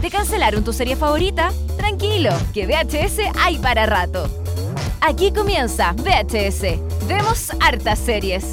¿Te cancelaron tu serie favorita? Tranquilo, que VHS hay para rato. Aquí comienza VHS. Vemos hartas series.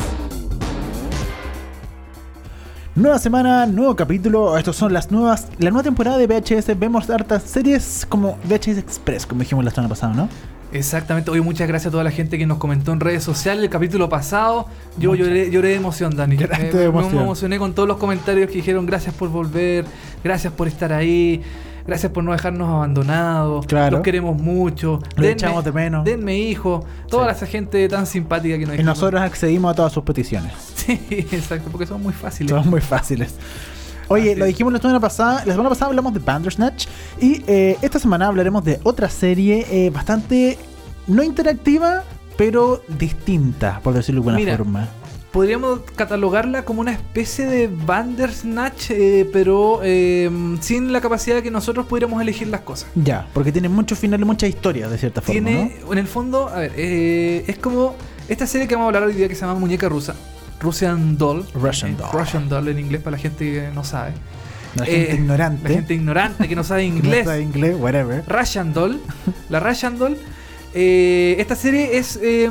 Nueva semana, nuevo capítulo. Estos son las nuevas, la nueva temporada de VHS. Vemos hartas series como VHS Express, como dijimos la semana pasada, ¿no? Exactamente. Oye, muchas gracias a toda la gente que nos comentó en redes sociales el capítulo pasado. Yo lloré, lloré de emoción, Dani. Lloraste de Eh, emoción. Me emocioné con todos los comentarios que dijeron gracias por volver, gracias por estar ahí, gracias por no dejarnos abandonados. Claro. Los queremos mucho. Los echamos de menos. Denme hijo. Toda esa gente tan simpática que nos Y dijo- nosotros accedimos a todas sus peticiones. Sí, exacto, porque son muy fáciles. Son muy fáciles. Oye, Así lo es. dijimos la semana pasada. La semana pasada hablamos de Bandersnatch. Y eh, esta semana hablaremos de otra serie eh, bastante no interactiva, pero distinta, por decirlo de alguna Mira. forma. Podríamos catalogarla como una especie de Bandersnatch, eh, pero eh, sin la capacidad de que nosotros pudiéramos elegir las cosas. Ya, porque tiene muchos finales, muchas historias, de cierta forma. Tiene, en el fondo, a ver, eh, es como esta serie que vamos a hablar hoy día que se llama Muñeca Rusa, Russian Doll. Russian Eh, Doll. Russian Doll en inglés para la gente que no sabe. ¿no? La gente Eh, ignorante. La gente ignorante que no sabe que no inglés. sabe inglés, whatever. Russian Doll. La Russian Doll. eh, esta serie es, eh,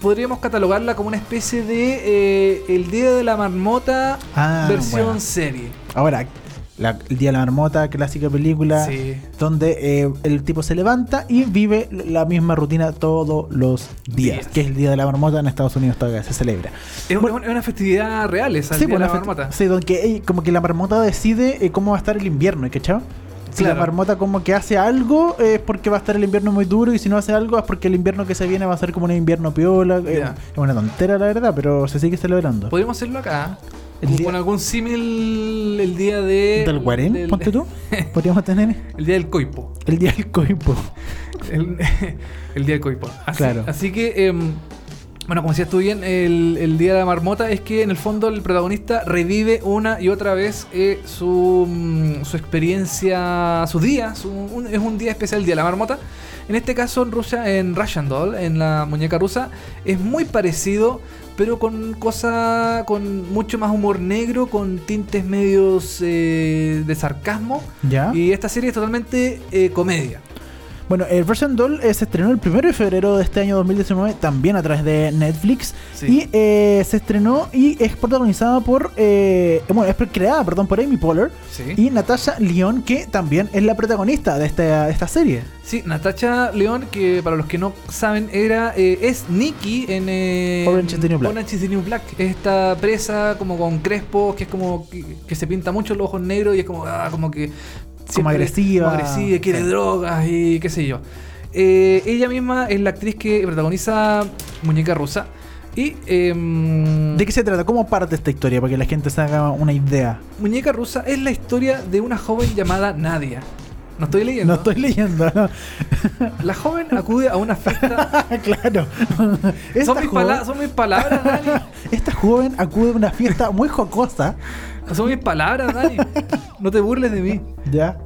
podríamos catalogarla como una especie de eh, El Día de la Marmota Ah, versión bueno. serie. Ahora, la- el Día de la Marmota, clásica película, Sí. donde eh, el tipo se levanta y vive la misma rutina todos los días, Días. que es el Día de la Marmota en Estados Unidos todavía se celebra. Es, un- es una festividad real esa, el Día pues, de la la fe- Marmota. sí, donde que, eh, como que la marmota decide eh, cómo va a estar el invierno, ¿cachai? Si la Claro. marmota como que hace algo eh, es porque va a estar el invierno muy duro y si no hace algo es porque el invierno que se viene va a ser como un invierno piola. eh, Ya. Pues, Es una tontera la verdad, pero se sigue celebrando. Podríamos hacerlo acá. El Con- día- Con algún símil el día de. ¿Del Guarén? del- Ponte tú. Podríamos tener El día del coipo. el día del coipo. El, el día del coipo. Así, Claro. Así que. em, bueno, como decías tú bien, el, el día de la marmota es que en el fondo el protagonista revive una y otra vez eh, su, mm, su experiencia, su día. su- un- es un día especial, el día de la marmota. En este caso, en Rusia, en Russian Doll, en la muñeca rusa, es muy parecido, pero con cosa, con mucho más humor negro, con tintes medios eh, de sarcasmo. ¿Ya? Y esta serie es totalmente eh, comedia. Bueno, el Version Doll eh, se estrenó el 1 de febrero de este año 2019, también a través de Netflix. Sí. Y eh, se estrenó y es protagonizada por. eh, bueno, es creada, perdón, por Amy Poehler Sí. y Natasha Lyon, que también es la protagonista de esta, de esta serie. Sí, Natacha León, que para los que no saben, era eh, es Nikki en eh, Orange is the New Black. Orange is the New Black. Esta presa como con crespos, que es como que, que se pinta mucho los ojos negros y es como, ah, como que... siempre- agresiva. como agresiva, quiere Sí. drogas y qué sé yo. Eh, ella misma es la actriz que protagoniza Muñeca Rusa. Y... em, ¿De qué se trata? ¿Cómo parte esta historia? Para que la gente se haga una idea. Muñeca Rusa es la historia de una joven llamada Nadia. No estoy leyendo. No ¿eh? estoy leyendo, ¿no? La joven acude a una fiesta. Ah, claro. esta, son, mis joven, pala- son mis palabras, Dani. esta joven acude a una fiesta muy jocosa. Son mis palabras, Dani. No te burles de mí. Ya.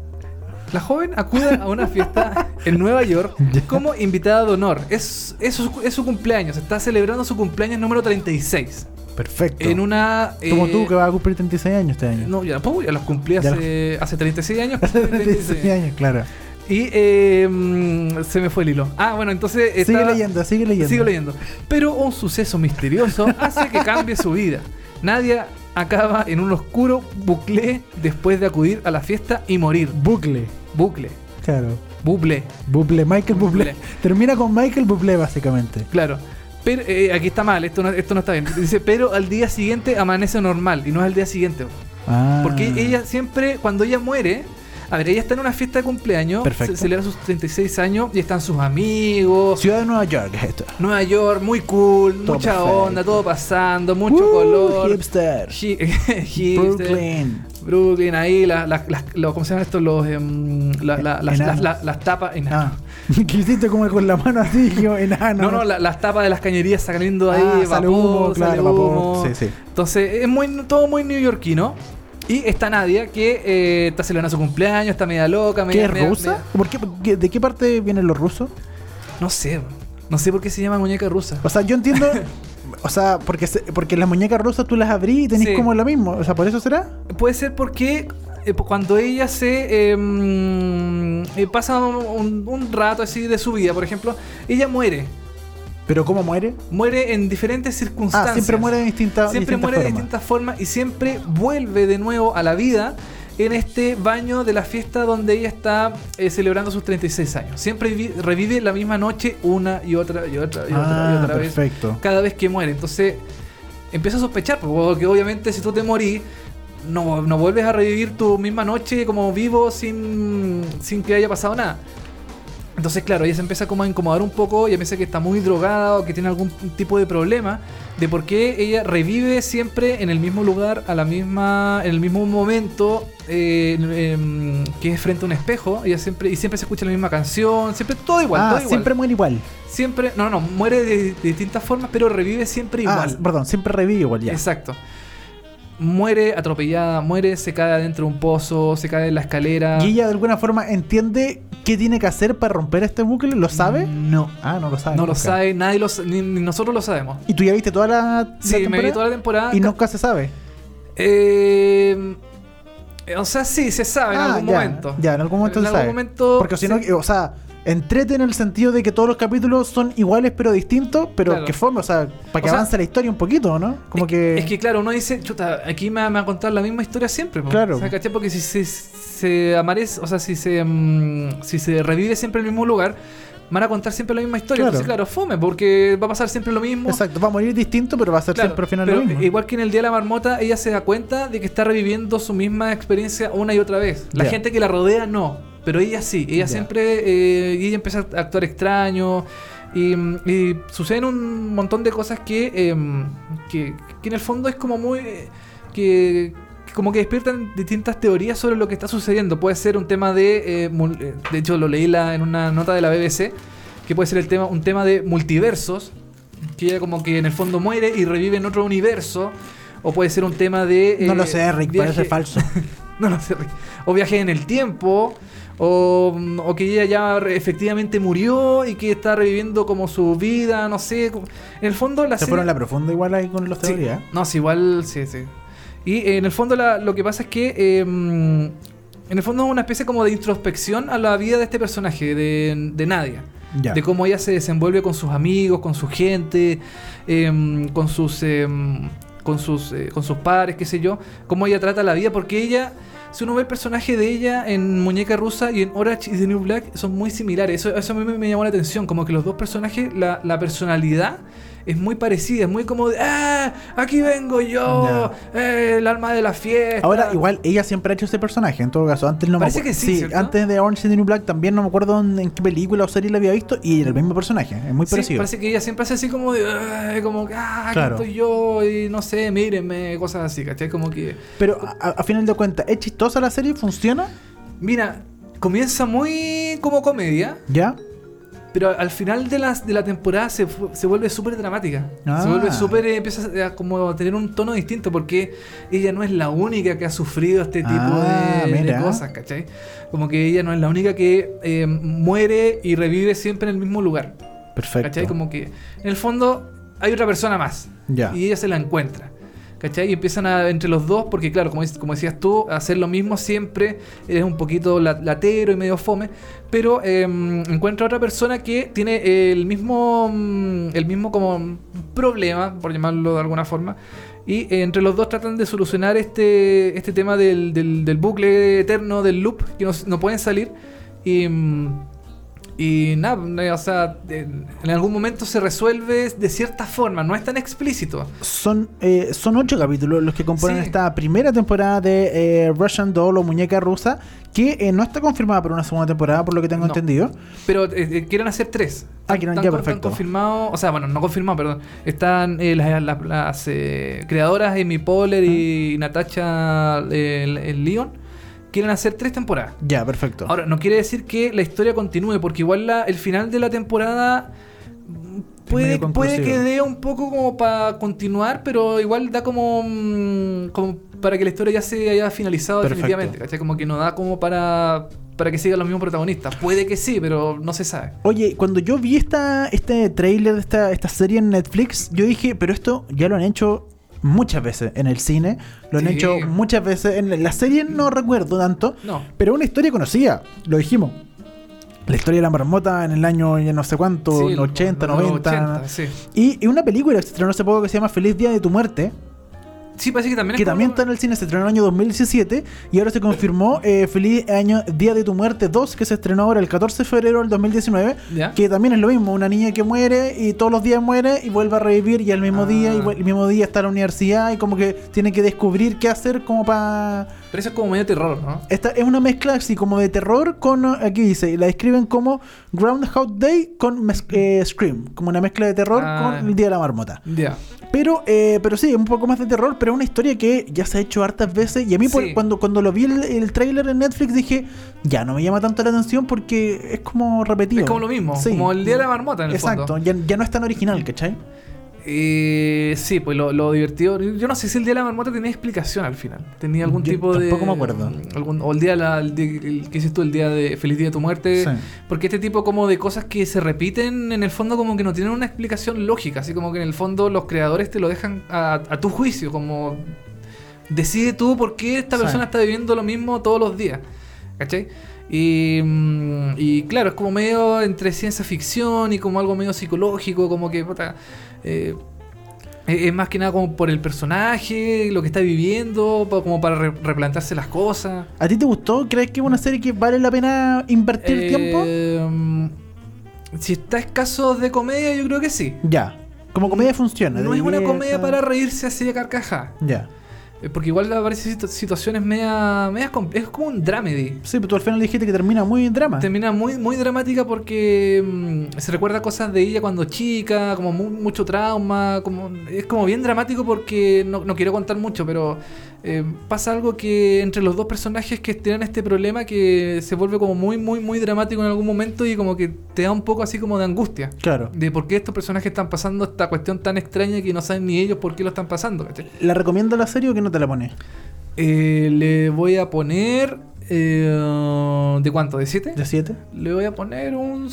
La joven acude a una fiesta en Nueva York Ya. como invitada de honor. Es, es, su, es su cumpleaños. Está celebrando su cumpleaños número 36. Perfecto. En una. Como eh, tú que vas a cumplir 36 años este año. No, ya, pues, ya los cumplí Ya hace, hace 36 años. Hace 36 años, claro. Y eh, mm, se me fue el hilo. Ah, bueno, entonces. Sigue estaba- leyendo, sigue leyendo. Sigo leyendo. Pero un suceso misterioso hace que cambie su vida. Nadia acaba en un oscuro bucle después de acudir a la fiesta y morir. Bucle. Bucle. Claro. Bucle. Buble, Michael Buble. Bublé. Termina con Michael Buble, básicamente. Claro. Pero eh, aquí está mal, esto no, esto no está bien. Dice, pero al día siguiente amanece normal y no es al día siguiente. Ah. Porque ella siempre, cuando ella muere, a ver, ella está en una fiesta de cumpleaños, Perfecto. se celebra sus 36 años y están sus amigos, Ciudad de Nueva York es esto. Nueva York, muy cool, Todo mucha perfecto. onda, todo pasando, mucho Uh, color. Hipster. Hi- hipster, Brooklyn. este, Brooklyn, ahí, las, las, las- los- ¿cómo se llaman estos? Los, em, la- la- las, Enanos. las, las- las tapas. enanos. Ah. ¿Qué hiciste como con la mano así, yo, enano? No, no, la- las tapas de las cañerías saliendo ahí, Ah, vapor, sale humo, sale claro, vapor. humo. Sí, sí. Entonces, es muy, todo muy neoyorquino. Y está Nadia, que eh, está celebrando su cumpleaños, está media loca, ¿Qué media. es media- rusa? media- ¿Por qué- por qué- ¿De qué parte vienen los rusos? no sé, no sé por qué se llama muñeca rusa. O sea, yo entiendo. o sea, porque, se- porque las muñecas rusas tú las abrís y tenés Sí. como lo mismo. O sea, ¿por eso será? Puede ser porque eh, pues, cuando ella se eh, mm, eh, pasa un, un rato así de su vida, por ejemplo, ella muere. ¿Pero cómo muere? Muere en diferentes circunstancias. Ah, siempre muere de distinta- Siempre distintas muere de formas. distintas formas y siempre vuelve de nuevo a la vida en este baño de la fiesta donde ella está eh, celebrando sus 36 años. Siempre vi- revive la misma noche una y otra y otra y otra y Ah, otra vez perfecto. cada vez que muere. Entonces empieza a sospechar, porque obviamente si tú te morís, no, no vuelves a revivir tu misma noche como vivo sin, sin que haya pasado nada. Entonces, claro, ella se empieza como a incomodar un poco, ella piensa que está muy drogada o que tiene algún tipo de problema de por qué ella revive siempre en el mismo lugar, a la misma, en el mismo momento, eh, em, que es frente a un espejo, ella siempre, y siempre se escucha la misma canción, siempre todo igual, ah, todo igual. siempre muere igual. Siempre, no, no, muere de, de distintas formas, pero revive siempre igual. Ah, perdón, siempre revive igual ya. Exacto. Muere atropellada, muere, se cae adentro de un pozo, se cae en la escalera. ¿Y ella de alguna forma entiende qué tiene que hacer para romper este bucle? ¿Lo sabe? No. Ah, no lo sabe. No lo nunca. sabe, nadie lo sa- ni, ni nosotros lo sabemos. ¿Y tú ya viste toda la, Sí, la me vi temporada? toda la temporada. Y nunca se sabe. Eh, o sea, sí, se sabe en Ah, algún ya, momento. Ya, en algún momento En se algún sabe. momento- Porque si no, sí. o sea, entrete en el sentido de que todos los capítulos son iguales pero distintos, pero Claro. que forma, o sea, para que O sea- avance la historia un poquito, ¿no? Como es, que. es que claro, uno dice, chuta, aquí me, va- me va a contar la misma historia siempre. po". Claro. O sea, ¿cachai? Porque si se, se amarece, o sea, si se, mm, si se revive siempre en el mismo lugar, van a contar siempre la misma historia. Claro. Entonces, claro, fome, porque va a pasar siempre lo mismo. Exacto, va a morir distinto, pero va a ser Claro, siempre al final pero lo mismo. igual que en el Día de la Marmota, ella se da cuenta de que está reviviendo su misma experiencia una y otra vez. La Ya. gente que la rodea no, pero ella sí. Ella Ya. siempre, eh, y ella empieza a actuar extraño y, mm, y suceden un montón de cosas que, em, que, que en el fondo es como muy... eh, que que como que despiertan distintas teorías sobre lo que está sucediendo. Puede ser un tema de... eh, mul- eh, de hecho, lo leí la- en una nota de la BBC, que puede ser el tema, un tema de multiversos, que ella como que en el fondo muere y revive en otro universo. O puede ser un tema de... no eh, lo sé, Rick, viaje- parece falso. No lo sé, Rick. O viajes en el tiempo. O, o que ella ya re- efectivamente murió y que está reviviendo como su vida, no sé. como- En el fondo la se serie- fueron a la profunda igual ahí con los Sí. teorías. No, sí, igual, sí, sí. Y eh, en el fondo la- lo que pasa es que... eh, en el fondo es una especie como de introspección a la vida de este personaje, de, de Nadia. Ya. De cómo ella se desenvuelve con sus amigos, con su gente, em, con sus... em, con sus, eh, con sus padres, qué sé yo, cómo ella trata la vida, porque ella, si uno ve el personaje de ella en Muñeca Rusa y en Orange is the New Black, son muy similares. Eso, eso a mí me, me llamó la atención, como que los dos personajes, la, la personalidad es muy parecida, es muy como de, ¡ah! Aquí vengo yo, eh, el alma de la fiesta. Ahora, igual, ella siempre ha hecho ese personaje, en todo caso. Antes no Parece me acuerdo. que sí, ¿cierto? antes de Orange is the New Black también no me acuerdo en, en qué película o serie la había visto y era el mismo personaje. Es muy Sí, parecido. parece que ella siempre hace así como de, "Ah", como que, ah, aquí Claro. estoy yo y no sé, mírenme, cosas así, ¿cachai? Como que, Pero a, a- a final de cuentas, ¿es chistosa la serie? ¿Funciona? mira, comienza muy como comedia, ¿Ya? pero al final de, las, de la temporada se, fu- se vuelve súper dramática. Ah. Se vuelve súper, eh, empieza a, a como a tener un tono distinto porque ella no es la única que ha sufrido este tipo Ah, de, de mira. cosas, ¿cachai? Como que ella no es la única que eh, muere y revive siempre en el mismo lugar. Perfecto. ¿Cachai? Como que en el fondo hay otra persona más. Ya. Y ella se la encuentra. ¿Cachai? Y empiezan a, entre los dos, porque claro, como, dices- como decías tú, hacer lo mismo siempre es un poquito la- latero y medio fome, pero eh, encuentra otra persona que tiene el mismo, mm, el mismo como problema, por llamarlo de alguna forma, y eh, entre los dos tratan de solucionar este, este tema del, del- del bucle eterno, del loop, que no, no pueden salir, y... mm, y nada, eh, o sea, en en algún momento se resuelve de cierta forma, no es tan explícito. Son, eh, son ocho capítulos los que componen Sí. esta primera temporada de eh, Russian Doll o Muñeca Rusa, que eh, no está confirmada para una segunda temporada, por lo que tengo No. entendido. Pero eh, eh, quieren hacer tres. Ah, quieren- Están ya, con- perfecto. Están confirmados, o sea, bueno, no confirmado, perdón. Están eh, las, las- las, eh, creadoras Amy Poehler y Natasha eh, el- el Leon. Quieren hacer tres temporadas. Ya, perfecto. Ahora, no quiere decir que la historia continúe, porque igual la- el final de la temporada mm, puede, medio puede que conclusivo. dé un poco como para continuar, pero igual da como, mm, como para que la historia ya se haya finalizado Perfecto. definitivamente, ¿cachai? Como que no da como para, para que sigan los mismos protagonistas. Puede que sí, pero no se sabe. Oye, cuando yo vi esta, este trailer de esta, esta serie en Netflix, yo dije, pero esto ya lo han hecho muchas veces en el cine, lo han Sí. hecho muchas veces en la- la serie, no recuerdo tanto, No. pero una historia conocida, lo dijimos. La historia de la marmota en el año ya no sé cuánto, Sí, en 80, los 90. 80, sí. Y, y una película que se estrenó hace poco que se llama Feliz Día de tu Muerte, Sí, parece que también que es también como- está en el cine, se estrenó en el año 2017 y ahora se confirmó eh, Feliz Año Día de tu Muerte 2, que se estrenó ahora el 14 de febrero del 2019, ¿Ya? que también es lo mismo, una niña que muere y todos los días muere y vuelve a revivir y al mismo Ah. día, y vuel- el mismo día está en la universidad y como que tiene que descubrir qué hacer como para... Pero eso es como medio terror, ¿no? Esta es una mezcla así como de terror con, aquí dice, y la describen como Groundhog Day con mez- eh, Scream, como una mezcla de terror Ah. con el Día de la Marmota. Ya. Pero, eh, pero sí, un poco más de terror, pero es una historia que ya se ha hecho hartas veces. Y a mí por- Sí. cuando, cuando lo vi el, el tráiler en Netflix dije, ya no me llama tanto la atención porque es como repetido. Es como lo mismo, Sí. como el día de la marmota en el Exacto, fondo. Ya, ya no es tan original, ¿cachai? Eh, sí, pues lo, lo divertido. Yo no sé si el día de la marmota tenía explicación al final. Tenía algún Yo tipo de. tampoco me acuerdo. algún- o el día, de la, el día- el- ¿qué hiciste tú? El día de Feliz Día de tu Muerte. Sí. Porque este tipo como de cosas que se repiten en el fondo como que no tienen una explicación lógica. Así como que en el fondo los creadores te lo dejan a, a tu juicio. Como decide tú por qué esta Sí. persona está viviendo lo mismo todos los días. ¿Cachai? Y, mm, y claro, es como medio entre ciencia ficción y como algo medio psicológico, como que puta, eh, es es más que nada como por el personaje, lo que está viviendo, pa- como para re- replantarse las cosas. ¿A ti te gustó? ¿Crees que es una serie que vale la pena invertir Eh, tiempo? mm, Si está escaso de comedia, yo creo que sí. Ya. Como comedia funciona. No de es una diversa. comedia para reírse así de carcajada. Ya. Eh, Porque igual aparecen situ- situaciones media, media compl- Es como un dramedy. Sí, pero tú al final dijiste que termina muy en drama. Termina muy, muy dramática porque mm, se recuerda cosas de ella cuando chica, como mu- mucho trauma, como es como bien dramático porque no, no quiero contar mucho, pero eh, pasa algo que entre los dos personajes que tienen este problema que se vuelve como muy, muy, muy dramático en algún momento y como que te da un poco así como de angustia. Claro. De por qué estos personajes están pasando esta cuestión tan extraña que no saben ni ellos por qué lo están pasando, ¿cachai? ¿La recomiendo la serie o que no te la pones? Eh, le voy a poner... eh, ¿De cuánto? ¿De 7? ¿De 7? Le voy a poner un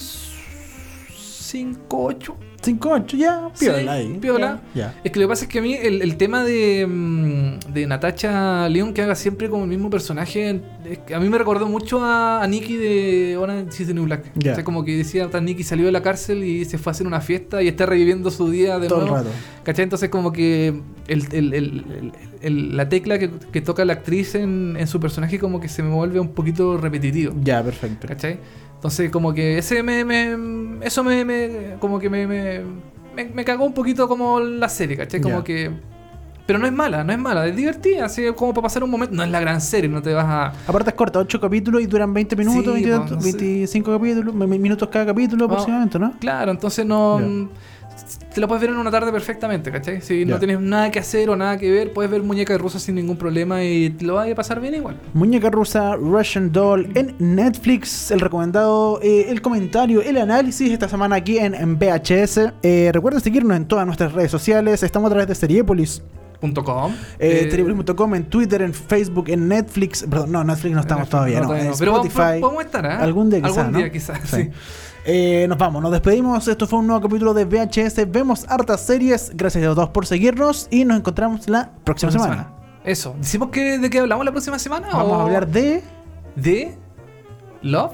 5, 8. 5, 8, ya. Sí, Piola ahí. piola. Ya. Es que lo que pasa es que a mí el, el tema de, mm, de Natasha Leon que haga siempre como el mismo personaje, es que a mí me recordó mucho a, a Nikki de Orange is the New Black. Ya. O sea, como que decía, "Tan Nikki salió de la cárcel y se fue a hacer una fiesta y está reviviendo su día de Todo el nuevo. rato. ¿Cachai? Entonces como que el- el- el- el- el- la tecla que, que toca la actriz en, en su personaje como que se me vuelve un poquito repetitivo. Ya, perfecto. ¿Cachai? Entonces, como que ese me. me- eso me, me- Como que me. Me, me- me cagó un poquito como la serie, ¿cachai? Como Ya. que. Pero no es mala, no es mala, es divertida, así como para pasar un momento. No es la gran serie, no te vas a. Aparte es corta, 8 capítulos y duran 20 minutos, Sí, 20 pues, tanto- no sé. 25 capítulos, mi- mi- minutos cada capítulo Vamos. aproximadamente, ¿no? Claro, entonces no. Ya. mm, Te lo puedes ver en una tarde perfectamente, ¿cachai? Si Ya. no tienes nada que hacer o nada que ver, puedes ver muñeca rusa sin ningún problema y te lo vas a pasar bien igual. Muñeca rusa, Russian Doll en Netflix, el recomendado, eh, el comentario, el análisis esta semana aquí en, en VHS. Eh, recuerden seguirnos en todas nuestras redes sociales, estamos a través de Seriepolis, Punto com. eh, Eh, seriepolis.com, en Twitter, en Facebook, en Netflix, perdón, no, Netflix no estamos Netflix, todavía, no, en todavía eh, no. Pero Spotify. podemos estar, ¿ah? Algún día quizás, Algún ¿no? día quizás, sí. Eh, nos vamos, nos despedimos. Esto fue un nuevo capítulo de VHS. Vemos hartas series. Gracias a todos por seguirnos y nos encontramos la próxima semana. Eso. ¿Decimos que, de qué hablamos la próxima semana? Vamos o- a hablar de de Love,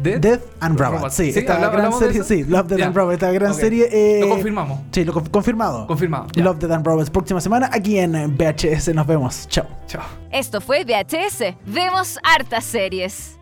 Death, Death and Robots. Robots. Sí, Sí, esta ¿habla- gran hablamos de serie. eso? Sí, Love, Death Ya. and Robots. Esta gran Ok. serie. eh, Lo confirmamos. Sí, lo conf- confirmado. Confirmado. ya. Love, Death and Robots. Próxima semana aquí en VHS. Nos vemos. Chao. Chao. Esto fue VHS. Vemos hartas series.